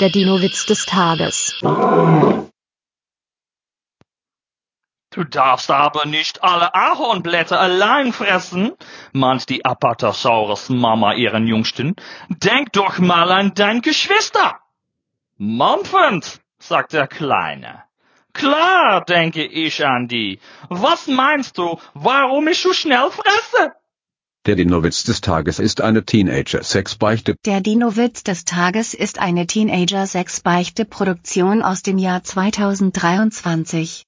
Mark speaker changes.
Speaker 1: der Dino-Witz des Tages.
Speaker 2: Du darfst aber nicht alle Ahornblätter allein fressen, mahnt die Apatosaurus-Mama ihren Jüngsten. Denk doch mal an dein Geschwister. Mumpfend, sagt der Kleine. Klar denke ich an die. Was meinst du, warum ich so schnell fresse?
Speaker 3: Der Dinowitz des Tages ist eine Teenager-Sex-Beichte.
Speaker 4: Der Dino-Witz des Tages ist eine Teenager-Sex-Beichte-Produktion aus dem Jahr 2023.